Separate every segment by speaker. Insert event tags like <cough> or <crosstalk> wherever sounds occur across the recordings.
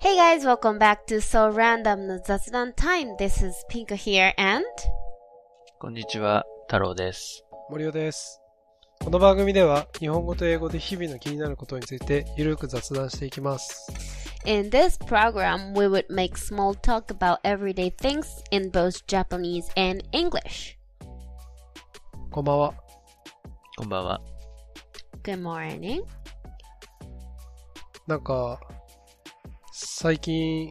Speaker 1: Hey guys, welcome back to So Random の雑談 Time. This is Pink here and
Speaker 2: こんにちは、太郎です。
Speaker 3: 森尾です。この番組では日本語と英語で日々の気になることについてゆるく雑談していきます。
Speaker 1: in this program we would make small talk about everyday things in both Japanese and English.
Speaker 3: こんばんは。
Speaker 2: こんばんは。
Speaker 1: Good morning.
Speaker 3: なんか、最近、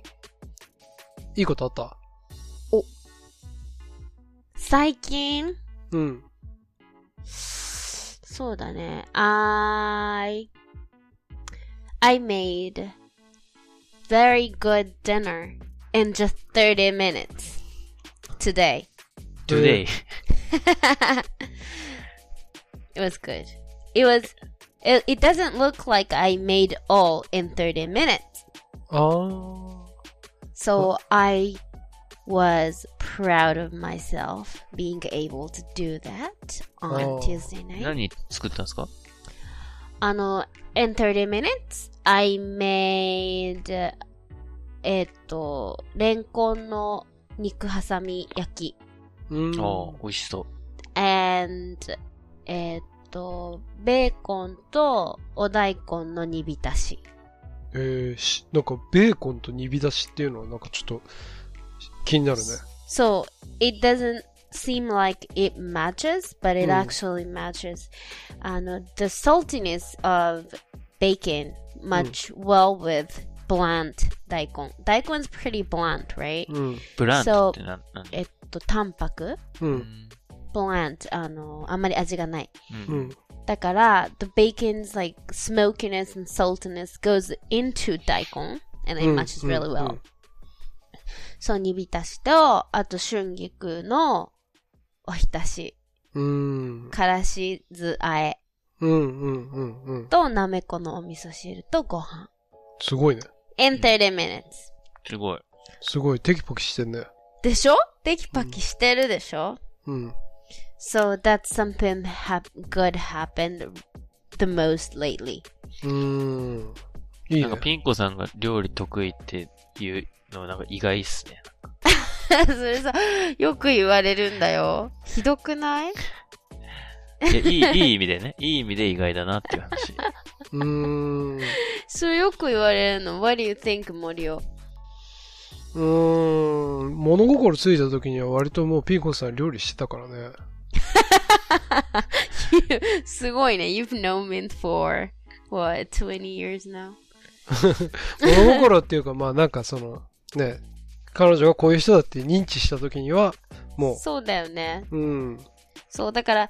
Speaker 3: いいことあった
Speaker 1: 最近、
Speaker 3: うん。
Speaker 1: そうだね。I, I made very good dinner in just 30 minutes today.
Speaker 2: Today、
Speaker 1: <laughs> it was good. It was. It, it doesn't look like I made all in 30 minutes.
Speaker 3: あー。
Speaker 1: So I was proud of myself being able to do that on
Speaker 3: Oh.
Speaker 1: Tuesday night.
Speaker 2: 何作ったんですか
Speaker 1: Ano, in 30 minutes, I made. uh, えっと、レンコンの肉挟み焼き。
Speaker 3: うん。
Speaker 2: おー、美味しそう。
Speaker 1: and eh, えーっと、ベーコンとお大根の煮浸し。
Speaker 3: えー、し、なんかベーコンと煮び出しっていうのはなんかちょっと気になるね。
Speaker 1: そう、it doesn't seem like it matches, but it
Speaker 3: うん
Speaker 1: actually matches、あの、the saltiness of bacon much well with bland 大根。大根 is pretty bland, right?
Speaker 3: うん。
Speaker 2: ブランドってなん、なん
Speaker 1: えっと、淡白
Speaker 3: う。
Speaker 2: うんん
Speaker 1: bland、あの、あんまり味がない。
Speaker 2: う
Speaker 3: うんん。
Speaker 1: だから、the bacon's like smokiness and saltiness goes into 大根 and
Speaker 3: う
Speaker 1: it
Speaker 3: ん
Speaker 1: matches really
Speaker 3: うん
Speaker 1: well.、そう、煮浸しと、あと春菊のおひたし、
Speaker 3: うん。
Speaker 1: からし酢あえ
Speaker 3: うん。うん。うん。うん。
Speaker 1: と、なめこのお味噌汁とご飯。
Speaker 3: すごいね。
Speaker 1: in 30 minutes.
Speaker 2: すごい。
Speaker 3: すごい。テキパキしてんね。
Speaker 1: でしょテキパキしてるでしょ、
Speaker 3: うん。
Speaker 1: ?So that's something hap good happened the most lately. <laughs>
Speaker 3: うん。いい
Speaker 2: なん
Speaker 3: ね
Speaker 2: か。ピンコさんが料理得意っていうのなんか意外っす <laughs> ね。
Speaker 1: それさ、よく言われるんだよ。ひどくない
Speaker 2: いやいい、いい意味でね。いい意味で意外だなっていう話。
Speaker 3: うん。
Speaker 1: それよく言われるの。What do you think, 森尾
Speaker 3: うーん、物心ついた時には割ともうピーコさん料理してたからね。
Speaker 1: <laughs> すごいね。You've known me for, what, 20 years now?
Speaker 3: 物心っていうか、まあなんかその、ね、彼女がこういう人だって認知した時には、も
Speaker 1: そうだよね。
Speaker 3: う、うん、
Speaker 1: そう、だから、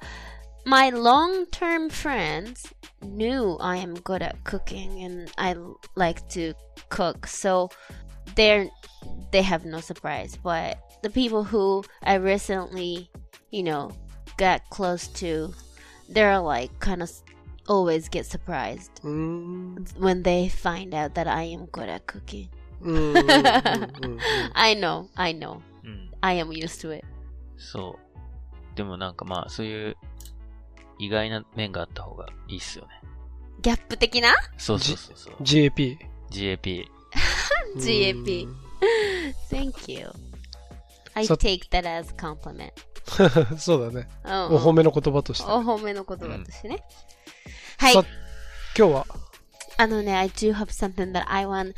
Speaker 1: my long-term friends knew I am good at cooking and I like to cook, so they're, they have no surprise. But the people who I recently, you know, got close to, they're like kind of always get surprised.
Speaker 3: うーん、
Speaker 1: when they find out that I am good at cooking.
Speaker 3: うん、うん、うん、うん。
Speaker 1: I know, I know.
Speaker 2: うん。
Speaker 1: I am used to it.
Speaker 2: そう。でもなんかまあ、そういう意外な面があった方がいいっすよね。
Speaker 1: ギャップ的な
Speaker 2: そうそうそうそう。
Speaker 3: GAP。
Speaker 2: GAP。
Speaker 3: Hmm.
Speaker 1: GAP
Speaker 3: う
Speaker 1: Thank you. I
Speaker 3: さ
Speaker 1: take that as compliment. Oh,
Speaker 3: ーん <laughs> そうだね。
Speaker 1: うんうん
Speaker 3: お褒めの言葉として。
Speaker 1: お褒めの言葉としてね。はい
Speaker 3: さ。今日は、
Speaker 1: あのね、I do have something that I want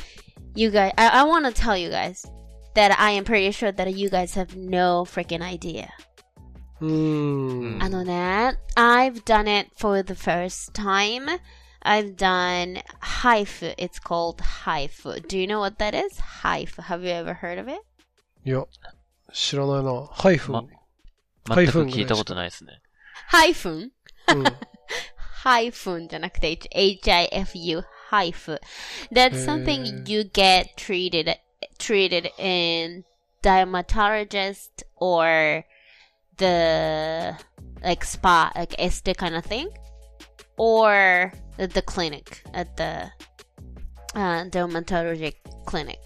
Speaker 1: you guys, I, I want to tell you guys that I am pretty sure that you guys have no freaking idea.
Speaker 3: うーん
Speaker 1: あ、のね、I've Mm-hmm. done it for the first time. I've done haifu. It's called haifu. Do you know what that is? Haifu. Have you ever heard of it?
Speaker 3: いや、知らないな。ハイフン。
Speaker 2: ま
Speaker 3: ハ
Speaker 2: 全
Speaker 3: イ
Speaker 2: く
Speaker 3: フンぐら
Speaker 2: 聞い
Speaker 3: いしか
Speaker 2: たことないっすね。
Speaker 1: Hyphen.
Speaker 3: うん。
Speaker 1: Hyphen じゃなくて H-I-F-U. Haifu. That's
Speaker 3: へー
Speaker 1: something you get treated treated in dermatologist or the like spa, like este kind of thing. or at the clinic at the uh, dermatologic clinic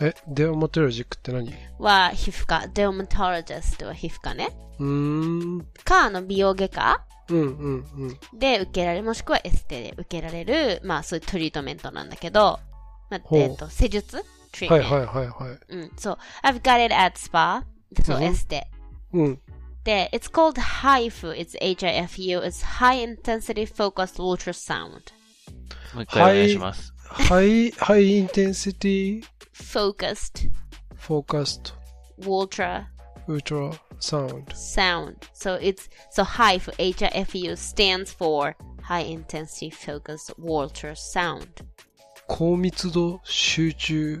Speaker 3: え、デアマテロジックって何う
Speaker 1: は皮膚科 dermatologist は皮膚科ね
Speaker 3: ーん。
Speaker 1: かあの美容外科
Speaker 3: うん、うん、うん。
Speaker 1: で受けられもしくはエステで受けられるまあそういうトリートメントなんだけどまあ
Speaker 3: ほう
Speaker 1: えっと、施術 ?treatment、
Speaker 3: はいはいはいはい。
Speaker 1: うん、そう。I've got it at spa. そう、
Speaker 3: うん
Speaker 1: エステ。
Speaker 3: うん。
Speaker 1: で、It's called HIFU. It's H-I-F-U. It's High Intensity Focused Ultrasound.
Speaker 2: もう一回お願いします。
Speaker 3: ハイ、ハイインテンシティ、
Speaker 1: Focused
Speaker 3: フォーカスト、
Speaker 1: Ultrasound.
Speaker 3: ウルトラサウン
Speaker 1: So it's, so HIFU, H-I-F-U stands for High Intensity Focused Ultrasound.
Speaker 3: ド、高密度、集中、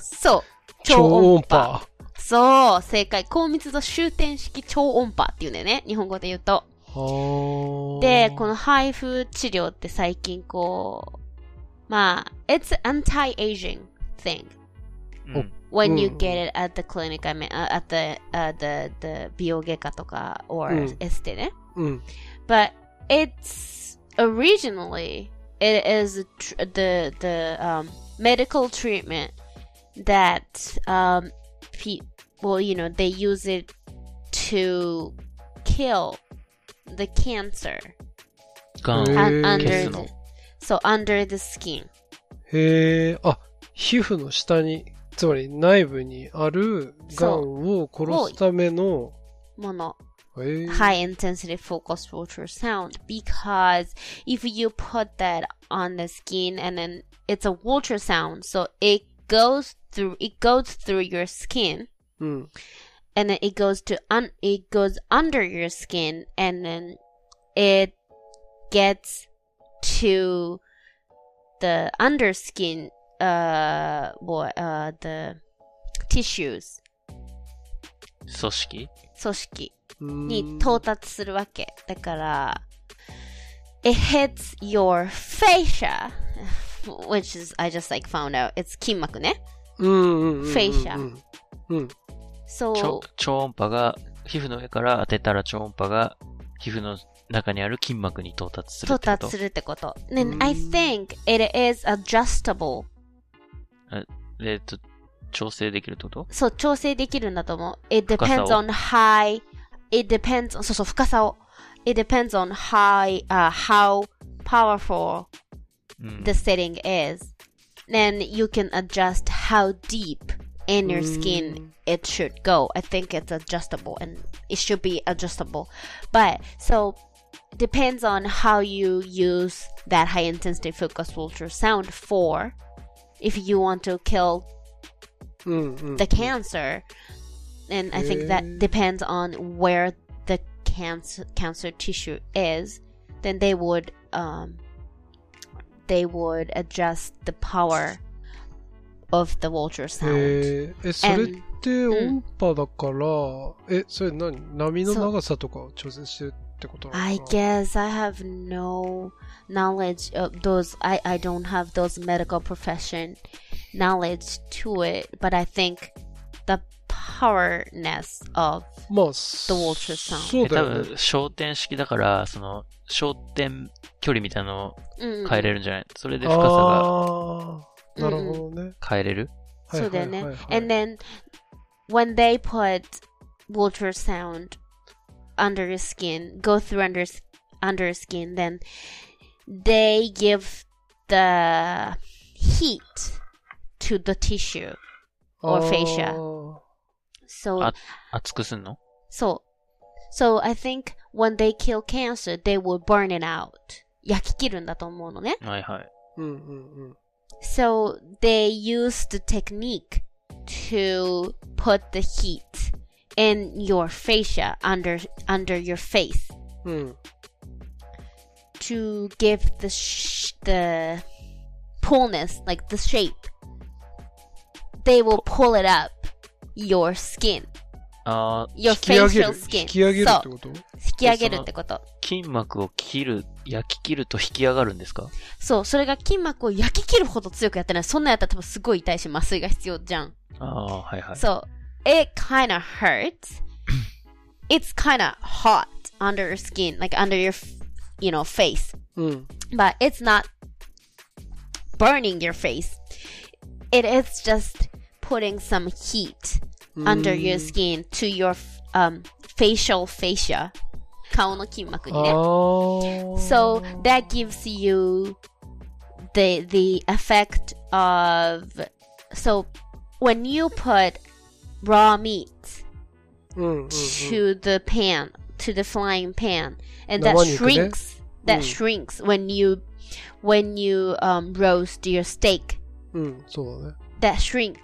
Speaker 1: そう。
Speaker 3: 超音波。
Speaker 1: そう、正解。高密度終点式超音波っていうんだよね。日本語で言うと。
Speaker 3: あー
Speaker 1: で、この配布治療って最近こう、まあ、it's anti-aging thing.
Speaker 2: うん。
Speaker 1: When you
Speaker 3: うん
Speaker 1: get it at the clinic, I mean, uh, at the, uh, the, the 美容外科とか、or
Speaker 3: うん
Speaker 1: エステね。
Speaker 3: うん。
Speaker 1: But it's originally, it is a tr- the, the um, medical treatment that, um, pe- well, you know, they use it to kill the cancer.
Speaker 2: ガン。
Speaker 3: へ
Speaker 1: Un-
Speaker 3: ー
Speaker 1: under
Speaker 2: 消すの
Speaker 1: the, so under the skin
Speaker 3: へえ、あ、皮膚の下に、つまり内部にあるがんを殺すための、
Speaker 1: もの
Speaker 3: へえ
Speaker 1: high intensity focused ultrasound because if you put that on the skin and then it's a ultrasound so it goes through it goes through your skin
Speaker 3: うん。
Speaker 1: and then it goes to un it goes under your skin and then it gets to the under skin uh what uh the tissues
Speaker 2: 組織
Speaker 1: 組織
Speaker 3: うん
Speaker 1: に到達するわけ。だから、it hits your fascia, which is, I just like found out, it's 筋膜ね。
Speaker 3: うんうんうんうんうん。
Speaker 1: フェイシャ
Speaker 3: うん。
Speaker 2: 超
Speaker 1: So,
Speaker 2: 超音波が、皮膚の上から当てたら超音波が、皮膚の中にある筋膜に到達するっ
Speaker 1: 到
Speaker 2: てこと。
Speaker 1: 達するってこと。Then
Speaker 3: うん
Speaker 1: I think it is adjustable.
Speaker 2: えっと、調整できるってこと
Speaker 1: そう、調整できるんだと思う。It
Speaker 2: 深さ
Speaker 1: depends
Speaker 2: を
Speaker 1: on high, it depends, そうそう、深さを。It depends on high, uh, how powerful
Speaker 2: うん。
Speaker 1: the setting is, then you can adjust how deep in your skin it should go. I think it's adjustable and it should be adjustable. But so depends on how you use that high intensity focused ultrasound for. If you want to kill
Speaker 3: うんうん。
Speaker 1: the cancer, and I think that
Speaker 3: Mm.
Speaker 1: depends on where the cancer cancer tissue is, then they would um, they would adjust the power of the ultrasound.
Speaker 3: へえ、え、それって音波だから、え、それ何波の長さとかを調整してるってことなの
Speaker 1: I
Speaker 3: かな
Speaker 1: guess I have no knowledge of those. I, I don't have those medical profession knowledge to it, but I think the powerness of
Speaker 3: まあ、そ
Speaker 1: ultrasound
Speaker 3: そう
Speaker 2: え
Speaker 3: だ
Speaker 2: 多
Speaker 3: よね。
Speaker 2: 分、焦点式だから、その、焦点距離みたいなのを
Speaker 1: mm,
Speaker 2: 変えれるんじゃないそれで深さが
Speaker 3: ああ、なるほどね。
Speaker 2: 変えれる
Speaker 3: はいはいはいはい
Speaker 1: so then, and then when they put ultrasound under your skin, go through under s- under your skin, then they give the heat to the tissue. or
Speaker 3: あー
Speaker 1: fascia So
Speaker 2: あ熱くすんの
Speaker 1: so so I think when they kill cancer, they will burn it out. 焼き切るんだと思うのね。
Speaker 2: はいはい。
Speaker 3: うんうんうん。
Speaker 1: So they use the technique to put the heat in your fascia under under your face
Speaker 3: うん。
Speaker 1: to give the sh- the pullness like the shape. They will pull it up your skin,
Speaker 2: ああ、
Speaker 1: your
Speaker 3: 引き上げ
Speaker 1: facial
Speaker 3: る
Speaker 1: skin.
Speaker 3: 引き上げるって
Speaker 1: そう
Speaker 3: こと
Speaker 1: 引き上げるってこと。
Speaker 2: 筋膜を切る、焼き切ると引き上がるんですか
Speaker 1: そう、それが筋膜を焼き切るほど強くやってない。そんなんやったら多分すごい痛いし麻酔が必要じゃん。
Speaker 2: ああ、はいはい。
Speaker 1: So it kind of hurts. it's kind of hot under your skin, like under your, f- you know, face.
Speaker 3: うん。
Speaker 1: But it's not burning your face. It is just putting some heat under your skin to your f- um facial fascia.
Speaker 3: Oh.
Speaker 1: 顔の筋膜にね。
Speaker 3: ああ。
Speaker 1: So that gives you the the effect of so when you put raw meat
Speaker 3: うんうんうん
Speaker 1: to the pan to the flying pan and that
Speaker 3: 生肉ね。
Speaker 1: shrinks that
Speaker 3: うん。
Speaker 1: shrinks when you when you um, roast your steak
Speaker 3: うん、そうだ
Speaker 1: that
Speaker 3: ね。
Speaker 1: shrinks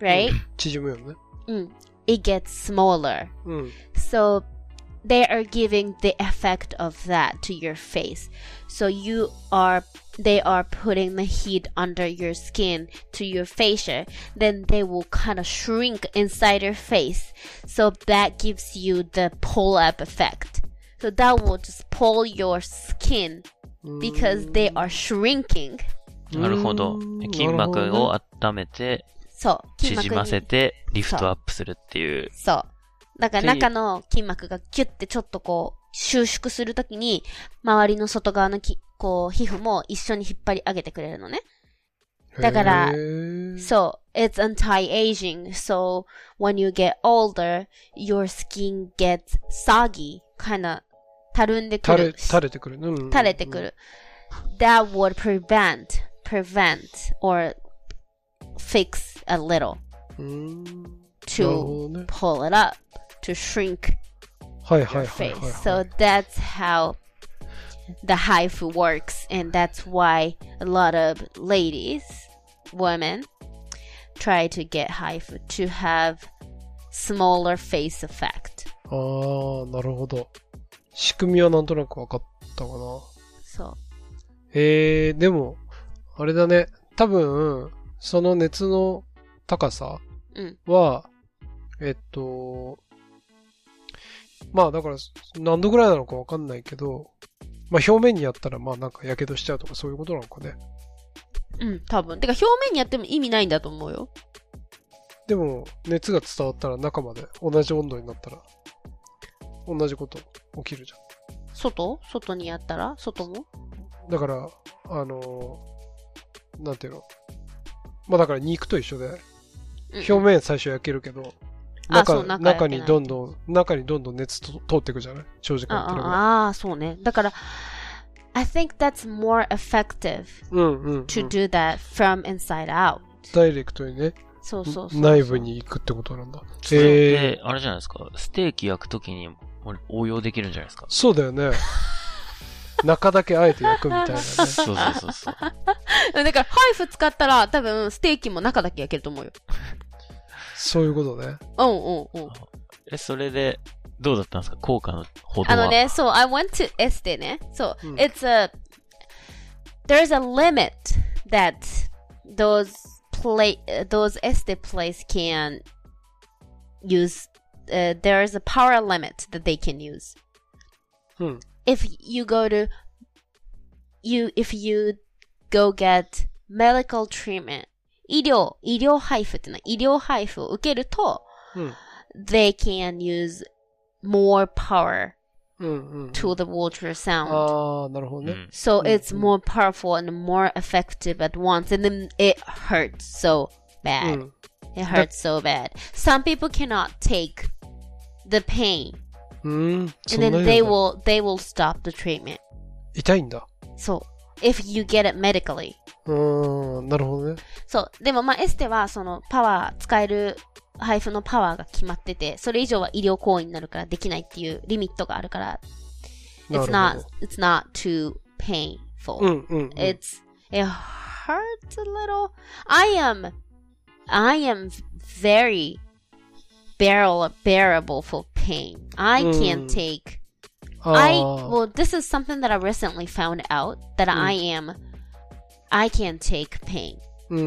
Speaker 1: right
Speaker 3: 縮むよね。
Speaker 1: Mm. it gets smaller
Speaker 3: うん。
Speaker 1: so they are giving the effect of that to your face. So you are they are putting the heat under your skin to your fascia. Then they will kind of shrink inside your face. So that gives you the pull up effect. So that will just pull your skin because they are shrinking.
Speaker 2: なるほど
Speaker 3: うん。
Speaker 2: 筋膜を温めて、
Speaker 1: So
Speaker 2: 縮ませて、リフトアップするっていう。
Speaker 1: そう。だから中の筋膜がキュッてちょっとこう、収縮するときに、周りの外側のき、こう、皮膚も一緒に引っ張り上げてくれるのね。だから
Speaker 3: へー
Speaker 1: So, it's anti-aging. So, when you get older, your skin gets soggy. kinda, たるんでく
Speaker 3: 垂れ
Speaker 1: る。
Speaker 3: 垂れてくる。うん
Speaker 1: 垂れてく。る。That would prevent, prevent, or fix a little
Speaker 3: うん。なる
Speaker 1: to
Speaker 3: ほどね。
Speaker 1: pull it up, to shrink
Speaker 3: はいはい
Speaker 1: your
Speaker 3: はい
Speaker 1: face.
Speaker 3: はいは
Speaker 1: So
Speaker 3: い。
Speaker 1: that's how the hive works, and that's why a lot of ladies, women, try to get hive to have smaller face effect.
Speaker 3: あー、なるほど。仕組みはなんとなく分かったかな。
Speaker 1: So
Speaker 3: えー、でも、あれだね。多分、その熱の高さ
Speaker 1: うん
Speaker 3: は、えっと、まあだから、何度ぐらいなのかわかんないけど、まあ表面にやったら、まあなんか火傷しちゃうとかそういうことなのかね。
Speaker 1: mm, うん、多分。てか、表面にやっても意味ないんだと思うよ。
Speaker 3: でも、熱が伝わったら中まで同じ温度になったら、同じこと起きるじゃん。
Speaker 1: 外外にやったら外も
Speaker 3: だから、あのーなんていうの。まあだから肉と一緒で、
Speaker 1: うん
Speaker 3: 表面最初焼けるけど、
Speaker 1: あそう中
Speaker 3: 中中
Speaker 1: 焼け
Speaker 3: に
Speaker 1: ない
Speaker 3: どんどん、中にどんどん熱と通っていくじゃない長時間やってるから。
Speaker 1: ああ、そうね。だから、I think that's more effective
Speaker 3: うんうん、うん。
Speaker 1: to do that from inside out.
Speaker 3: ダイレクトにね、
Speaker 1: そうそうそう。
Speaker 3: 内部に行くってことなんだ。
Speaker 2: それ
Speaker 3: えー、
Speaker 2: で、あれじゃないですか。ステーキ焼くときにも応用できるんじゃないですか。
Speaker 3: そうだ
Speaker 1: <laughs>
Speaker 3: よね。中だけあえて焼くみたいなね。
Speaker 2: そうそうそう <laughs> そう。
Speaker 1: うんだから、ハイフ使ったら、多分、ステーキも中だけ焼けると思うよ。
Speaker 3: そういうことね。
Speaker 1: うんうんうん。
Speaker 2: え、それで、どうだったんですか効果のほどは。
Speaker 1: あのね、そう、I went to S でね。そうう、
Speaker 3: ん
Speaker 1: it's a, there's a limit that those play, those S で place can use, uh, there's a power limit that they can use.
Speaker 3: うん。
Speaker 1: if you go to you if you go get medical treatment 医療医療配布っていうのは医療配布を受けると
Speaker 3: うん。
Speaker 1: they can use more power
Speaker 3: うんうん。
Speaker 1: to the ultrasound
Speaker 3: あー、なるほど
Speaker 2: う
Speaker 3: ね。
Speaker 2: ん。
Speaker 1: so
Speaker 3: Mm-hmm.
Speaker 1: it's more powerful and more effective at once and then it hurts so
Speaker 3: う
Speaker 1: bad
Speaker 3: ん。
Speaker 1: it hurts so bad some people cannot take the pain
Speaker 3: うん。そ
Speaker 1: and
Speaker 3: んな
Speaker 1: then
Speaker 3: にな
Speaker 1: they
Speaker 3: んだ
Speaker 1: will they will stop the treatment
Speaker 3: 痛いんだ。
Speaker 1: そう。if you get it medically.
Speaker 3: うーん、なるほどね。
Speaker 1: そう。でもまあエステはそのパワー、使える配布のパワーが決まってて、それ以上は医療行為になるからできないっていうリミットがあるから、
Speaker 3: な
Speaker 1: it's
Speaker 3: る
Speaker 1: not,
Speaker 3: ほ
Speaker 1: it's not too
Speaker 3: ど。う
Speaker 1: painful.、
Speaker 3: んうんうん。
Speaker 1: It's, it hurts a little. I am, I am very bearable, bearable for pain. I
Speaker 3: うん
Speaker 1: can take
Speaker 3: あー
Speaker 1: I well, this is something that I recently found out that I am, I can take pain.
Speaker 3: うんうんう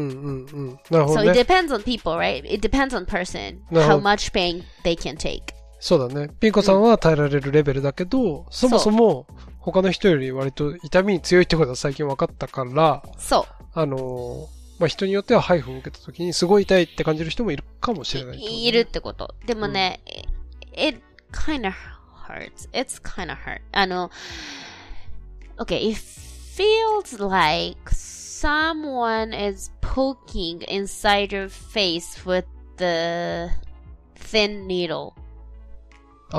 Speaker 3: ん。なる
Speaker 1: So
Speaker 3: ほど
Speaker 1: it
Speaker 3: ね。
Speaker 1: depends on people, right? It depends on person
Speaker 3: なる
Speaker 1: how
Speaker 3: ほど。
Speaker 1: much pain they can take.
Speaker 3: そうだね。ピンコさんは耐えられるレベルだけど、そもそも他の人より割と痛みに強いってことは最近分かったから、
Speaker 1: So
Speaker 3: あのーまあ、人によっては配布を受けた時にすごい痛いって感じる人もいるかもしれないってことね。
Speaker 1: いるってこと。でもね、it kind of hurts. It's kind of hurt. あの、okay, it feels like someone is poking inside your face with the thin needle.
Speaker 3: ああ、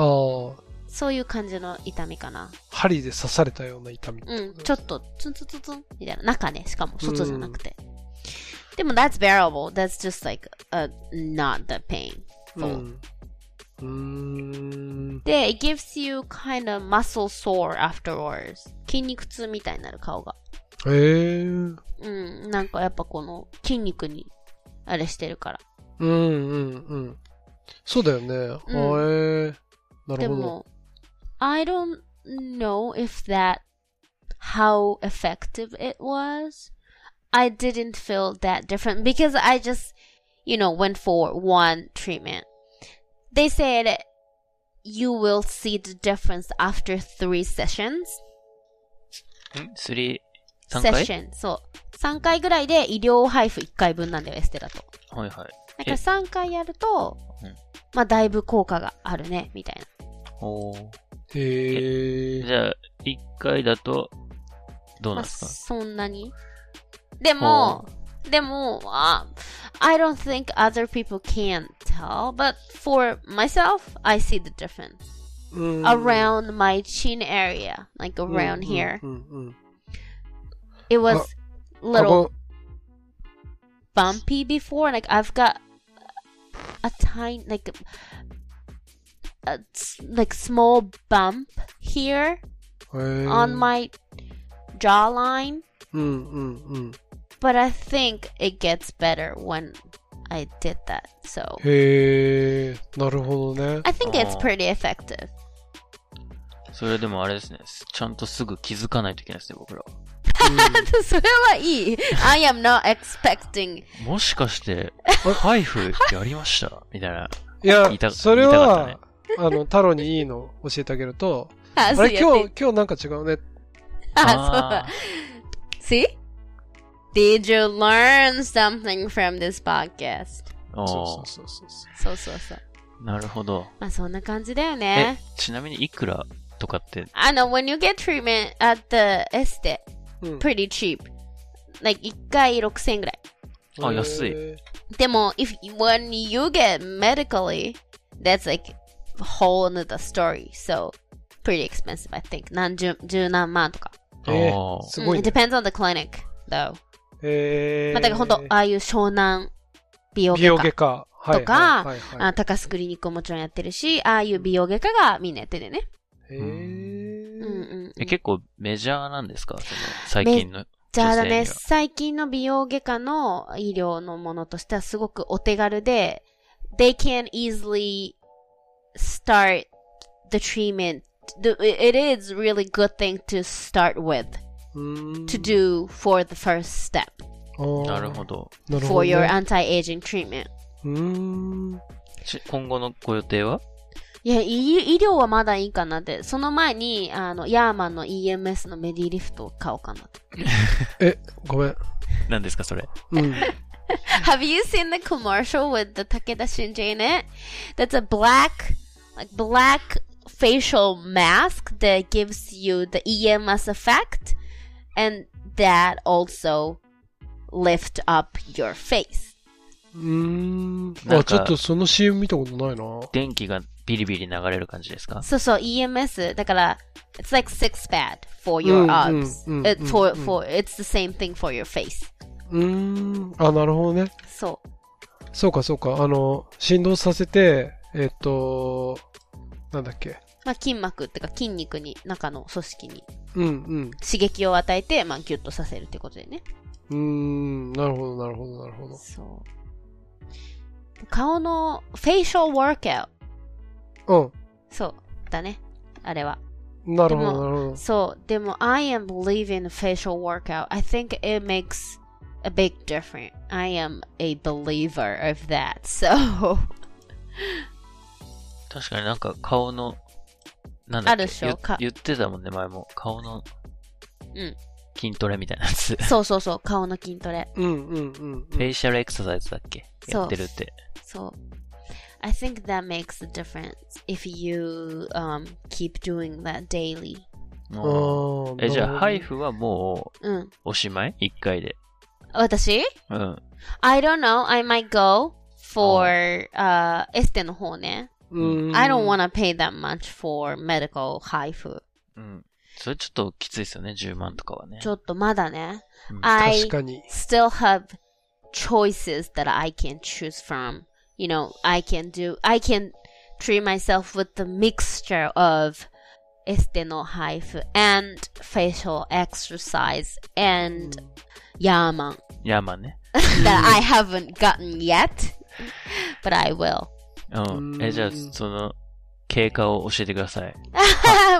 Speaker 1: そういう感じの痛みかな。
Speaker 3: 針で刺されたような痛みってこ
Speaker 1: う
Speaker 3: と
Speaker 1: ん、ちょっと、ツンツンツンツンみたいな。中ね、しかも、外じゃなくて。でも、that's bearable. That's just like, a, not the pain.
Speaker 3: うん。うーん。
Speaker 1: で、it gives you kind of muscle sore afterwards. 筋肉痛みたいになる顔が。
Speaker 3: へえー。
Speaker 1: うん、なんかやっぱこの筋肉に、あれしてるから。
Speaker 3: うんうんうん。そうだよね。はえー。な
Speaker 1: で
Speaker 3: るほど。
Speaker 1: も、I don't know if that, how effective it was. I didn't feel that different because I just, you know, went for one treatment. They said you will see the difference after three sessions.
Speaker 2: ん ?3、3
Speaker 1: セッ
Speaker 2: 回
Speaker 1: ション、そう。3回ぐらいで医療配布1回分なんだよ、エステだと。
Speaker 2: はいはい。
Speaker 1: だから3回やると
Speaker 2: うん、
Speaker 1: まあだいぶ効果があるね、みたいな。
Speaker 2: おー
Speaker 3: へえー。
Speaker 2: じゃあ、1回だと、ど
Speaker 1: ま
Speaker 2: うなん
Speaker 1: あ、
Speaker 2: ですか、
Speaker 1: そんなに。で
Speaker 2: Oh.
Speaker 1: も、でも、あ I don't think other people can tell, but for myself, I see the difference.
Speaker 3: うん
Speaker 1: Around my chin area, like
Speaker 3: うん
Speaker 1: around here,
Speaker 3: うんうんうん
Speaker 1: it was
Speaker 3: あ
Speaker 1: little
Speaker 3: ご
Speaker 1: bumpy before. Like I've got a tiny, like a, a s- like small bump here
Speaker 3: へー
Speaker 1: on my jawline,
Speaker 3: うんうんうん。
Speaker 1: but I think it gets better when I did that. So
Speaker 3: へえー。なるほどね。
Speaker 1: I think it's
Speaker 2: Oh.
Speaker 1: pretty effective.
Speaker 2: それでもあれですね。ちゃんとすぐ気づかないといけないですね、僕らは。
Speaker 1: それはいい。I am not expecting.
Speaker 2: もし
Speaker 1: <laughs>
Speaker 2: かして、配布やりましたみたいな。
Speaker 3: いや
Speaker 2: 言いた、
Speaker 3: それ
Speaker 2: 言いたかったね
Speaker 3: は、あの、太郎にいいの教えてあげ
Speaker 1: <laughs>
Speaker 3: ると、あれ、今日、今日なんか違うね。
Speaker 1: あ、そうだ。See? Did you learn something from this podcast?
Speaker 2: あー
Speaker 3: そ
Speaker 2: お
Speaker 3: うそうそうそう。
Speaker 1: そうそうそう。
Speaker 2: ーなるほど。
Speaker 1: まあそんな感じだよ
Speaker 2: え
Speaker 1: ね。、
Speaker 2: ちなみにいくらとかって、
Speaker 1: あの、when you get treatment at the este,
Speaker 3: うん、
Speaker 1: pretty cheap. Like 1回6000円ぐらい。
Speaker 2: あ安い
Speaker 3: へ
Speaker 1: でも、if, when you get medically, that's like a whole another story. So, pretty expensive, I think. 何十、十何万とか。
Speaker 3: ー。えー、すごい、
Speaker 1: うん
Speaker 3: ね
Speaker 1: It。depends on the clinic, though.
Speaker 3: えー、
Speaker 1: まあ、だから本当、ああいう湘南美容
Speaker 3: 美容外
Speaker 1: 外科。
Speaker 3: 科。はい
Speaker 1: とか
Speaker 3: はいはいは
Speaker 1: あ
Speaker 3: い、
Speaker 1: 高須クリニックももちろんやってるし、ああいう美容外科がみんなやっててね。
Speaker 3: へ
Speaker 1: うん
Speaker 3: ー
Speaker 1: うん。
Speaker 2: え結構メジャーなんですかその最
Speaker 1: メ
Speaker 2: 近の。
Speaker 1: じゃあだ
Speaker 2: 女性
Speaker 1: ね、
Speaker 2: には
Speaker 1: 最近の美容外科の医療のものとしてはすごくお手軽で、they can easily start the treatment. The, it is really good thing to start with,
Speaker 3: うーん
Speaker 1: to do for the first step
Speaker 3: あー
Speaker 2: なるほど。
Speaker 3: なるほ
Speaker 1: for
Speaker 3: どね
Speaker 1: your anti-aging treatment.
Speaker 3: うーん。
Speaker 2: ち今後のご予定はい
Speaker 1: や、医医療はまだいいかなって。その前に、あの、ヤーマンの EMS のメディリフトを買おうかなって。
Speaker 3: え、ごめん。
Speaker 2: 何ですかそれ。
Speaker 3: うん。
Speaker 1: Have you seen the commercial with the Takeda Shinji in it? That's a black, like black facial mask that gives you the EMS effect and that also lift up your face.
Speaker 3: うーん。
Speaker 2: な
Speaker 3: あ、
Speaker 2: んか
Speaker 3: ちょっとその CM 見たことないな。
Speaker 2: 電気がビリビリ流れる感じですか
Speaker 1: そうそう、EMS。だ E から、it's like six pad for your
Speaker 3: うん
Speaker 1: abs.
Speaker 3: うんうん
Speaker 1: It- for,
Speaker 3: うん
Speaker 1: for, it's the same thing for your face.
Speaker 3: うーん。あ、なるほどね。
Speaker 1: そう。
Speaker 3: そうか、そうか。あの、振動させて、えっと、なんだっけ。
Speaker 1: まあ、筋膜っていうか筋肉に中の組織に
Speaker 3: うん、
Speaker 1: 刺激を与えて、まあ、ギュッとさせるってことでね
Speaker 3: うん。うーん。なるほど、なるほど、なるほ
Speaker 1: そう顔のフェイシャルワークアウ
Speaker 3: ど。
Speaker 1: トそうだねあれは
Speaker 3: うん。なるほ
Speaker 1: で
Speaker 3: ど、
Speaker 1: も
Speaker 3: なるほど。
Speaker 1: そうでも I am believing facial workout I think it makes a big difference I am a believer of that <laughs> so
Speaker 2: 確かになんか顔の、なん
Speaker 1: あ
Speaker 2: だ
Speaker 1: る
Speaker 2: っけ
Speaker 1: っしょ
Speaker 2: 言
Speaker 1: か
Speaker 2: 言ってたもんね、前も。顔の
Speaker 1: うん
Speaker 2: 筋トレみたいなやつ。フ
Speaker 1: そうそうそう顔の筋トレ
Speaker 3: うん、うん、うん。
Speaker 2: ェイシャルエクササイズだっけ
Speaker 1: そう
Speaker 2: やってるって。
Speaker 1: So I think that makes a difference if you um keep doing that daily.
Speaker 3: あ
Speaker 2: うん
Speaker 3: ー
Speaker 2: え、じゃあ、
Speaker 3: な
Speaker 2: 配
Speaker 3: るほ
Speaker 2: 布はも
Speaker 1: うん。
Speaker 2: うおしまい ?1 回で。
Speaker 1: 私
Speaker 2: うん。
Speaker 1: ?I don't know. I might go for, uh, エステの方ね。
Speaker 3: Oh. うん。
Speaker 1: I don't want to pay that much for medical high food.
Speaker 2: うん。それちょっときついですよね、10万とかはね。
Speaker 1: ちょっとまだね。
Speaker 2: うん
Speaker 1: I
Speaker 3: 確かに。
Speaker 1: still have choices that I can choose from. You know, I can do, I can treat myself with the mixture of esteno haifu and facial exercise and
Speaker 3: Mm.
Speaker 1: yaman
Speaker 2: ヤーマンね。
Speaker 1: that I haven't gotten yet, but I will.
Speaker 2: うん。え、じゃあ、その、経過を教えてください。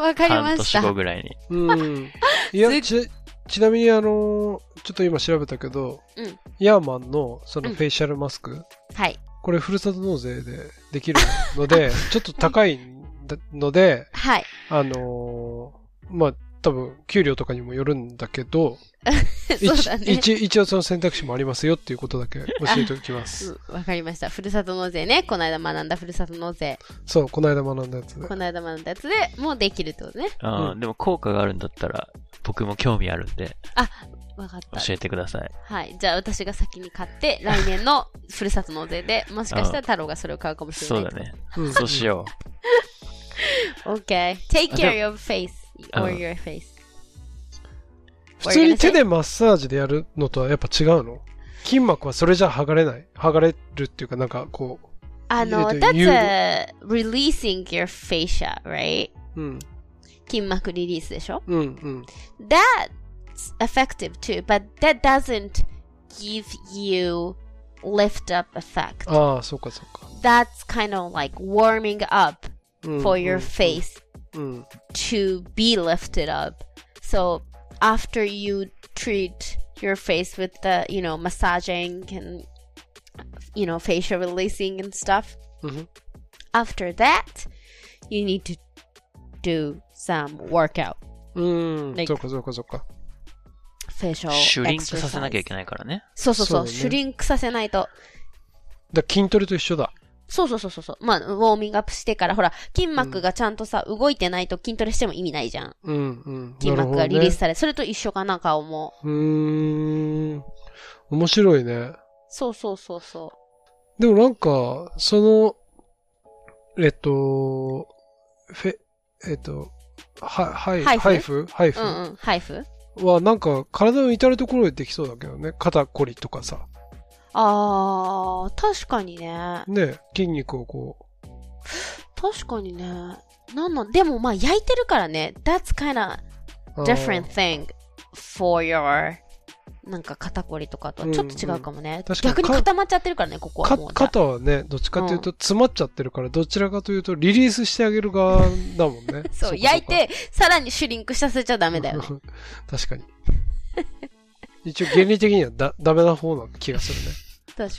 Speaker 1: わかりま
Speaker 2: 半
Speaker 1: し
Speaker 2: 年後
Speaker 1: た。
Speaker 2: ぐらいに。
Speaker 3: うん。いや、
Speaker 1: す
Speaker 3: ち、ちなみにあの、ちょっと今調べたけど、
Speaker 1: うん
Speaker 3: ヤーマンのその
Speaker 1: うん
Speaker 3: フェイシャルマスク、
Speaker 1: はい。
Speaker 3: これふるさと納税でできるの
Speaker 1: <laughs>
Speaker 3: で、ちょっと高いんだので、
Speaker 1: はい。
Speaker 3: あのーまあ、多分、給料とかにもよるんだけど、
Speaker 1: そうだね。
Speaker 3: 一一一応その選択肢もありますよっていうことだけ教えておきます。
Speaker 1: うんわかりました。ふるさと納税ね。この間学んだふるさと納税。
Speaker 3: そう、この間学んだやつで。
Speaker 1: この間学んだやつでもうできるってことね。
Speaker 2: あ
Speaker 3: う
Speaker 2: ーでも効果があるんだったら、僕も興味あるんで、
Speaker 1: わかった。
Speaker 2: 教えてください。
Speaker 1: はい。じゃあ私が先に買って、来年のふるさと納税で、もしかしたら太郎がそれを買うかもしれな
Speaker 2: そ
Speaker 1: い。
Speaker 2: うだ。ね。
Speaker 3: うん
Speaker 2: そうしよ
Speaker 1: OK。Take
Speaker 2: あでも
Speaker 1: care of face
Speaker 2: あ
Speaker 1: or your face.
Speaker 3: 普通に手でマッサージでやるのとはやっぱ違うの筋膜はそれじゃ剥がれない。剥がれるっていうか、なんかこ
Speaker 1: あの、
Speaker 3: 入れて言う
Speaker 1: that's a releasing your fascia, right?
Speaker 3: う、うん、
Speaker 1: 筋膜リリースでしょ
Speaker 3: うん、うん。
Speaker 1: That's effective too, but that doesn't give you lift up effect.
Speaker 3: ああ、そうかそうか。
Speaker 1: That's kind of like warming up
Speaker 3: うん
Speaker 1: for your
Speaker 3: うん
Speaker 1: face
Speaker 3: うん、
Speaker 1: to be lifted up. So after you treat your face with the, you know, massaging and, you know, facial releasing and stuff,
Speaker 3: うん。
Speaker 1: after that, you need to do some workout,
Speaker 3: うん、
Speaker 1: Like-
Speaker 3: そうかそうかそうか。
Speaker 1: facial
Speaker 2: う。シュリンクさせなきゃい
Speaker 1: exercise.
Speaker 2: けないからね。
Speaker 1: そうそうそう、
Speaker 3: そうだね
Speaker 1: シュリンクさせないと。
Speaker 3: だから筋トレと一緒だ。
Speaker 1: そうそうそうそうそう。まあ、ウォーミングアップしてから、ほら、筋膜がちゃんとさ、動いてないと筋トレしても意味ないじゃん。
Speaker 3: うん、うん。
Speaker 1: 筋
Speaker 3: なる
Speaker 1: 膜
Speaker 3: ほ
Speaker 1: が
Speaker 3: ど
Speaker 1: リリー
Speaker 3: ね
Speaker 1: ス。され、それと一緒かな、顔も。
Speaker 3: うーん。面白いね。
Speaker 1: そうそうそうそう。
Speaker 3: でもなんか、その、えっと、フェ、えっと、は、はい、
Speaker 1: ハイフ
Speaker 3: ハイフハイフ
Speaker 1: うんうん、配布
Speaker 3: はなんか体の至るところでできそうだけどね。肩こりとかさ。
Speaker 1: あー、確かにね。
Speaker 3: ね、筋肉をこ
Speaker 1: 確かにね。なんなん、でもまあ焼いてるからね。That's kinda
Speaker 3: う。あー
Speaker 1: different thing for your なんか肩こりとかとはちょっと違うかもね。
Speaker 3: 確かに
Speaker 1: 逆に
Speaker 3: か
Speaker 1: 固まっちゃってるからね、ここは
Speaker 3: か
Speaker 1: もうね。。
Speaker 3: 肩はね、どっちかというと詰まっちゃってるから、どちらかというとリリースしてあげる側だもんね
Speaker 1: そう、
Speaker 3: か
Speaker 1: 焼いて、さらにシュリンクさせちゃダメだよね。。
Speaker 3: <laughs> 確かに。一応原理的にはだ、ダメな方な気がするね。
Speaker 1: 確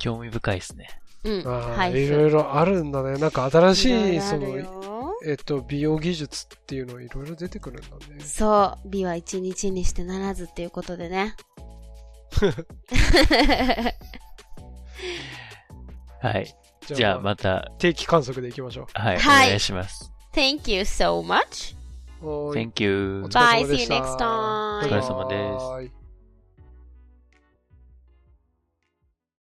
Speaker 2: 興味深いですね。
Speaker 1: かに。うん。
Speaker 3: あ
Speaker 1: は
Speaker 3: あ、い
Speaker 1: い。
Speaker 3: ろいろあるんだね。なんか新しい、そ
Speaker 1: いろいろある
Speaker 3: の、
Speaker 1: よ
Speaker 3: えっと、美容技術っていうのいろいろ出てくるんだね。
Speaker 1: そう、美は一日にしてならずっていうことで
Speaker 3: <laughs>
Speaker 1: ね。 <laughs>
Speaker 2: はい。
Speaker 3: じ
Speaker 2: じゃあ、また、
Speaker 3: 定期観測でいきましょ
Speaker 2: はい、お
Speaker 1: はい
Speaker 2: 願いします。
Speaker 1: Thank you so much.
Speaker 3: う。はーい
Speaker 2: Thank you.
Speaker 3: お疲れ様
Speaker 1: Bye, see
Speaker 3: で
Speaker 1: you
Speaker 3: した
Speaker 1: next time.
Speaker 2: お疲れ様です
Speaker 3: はーい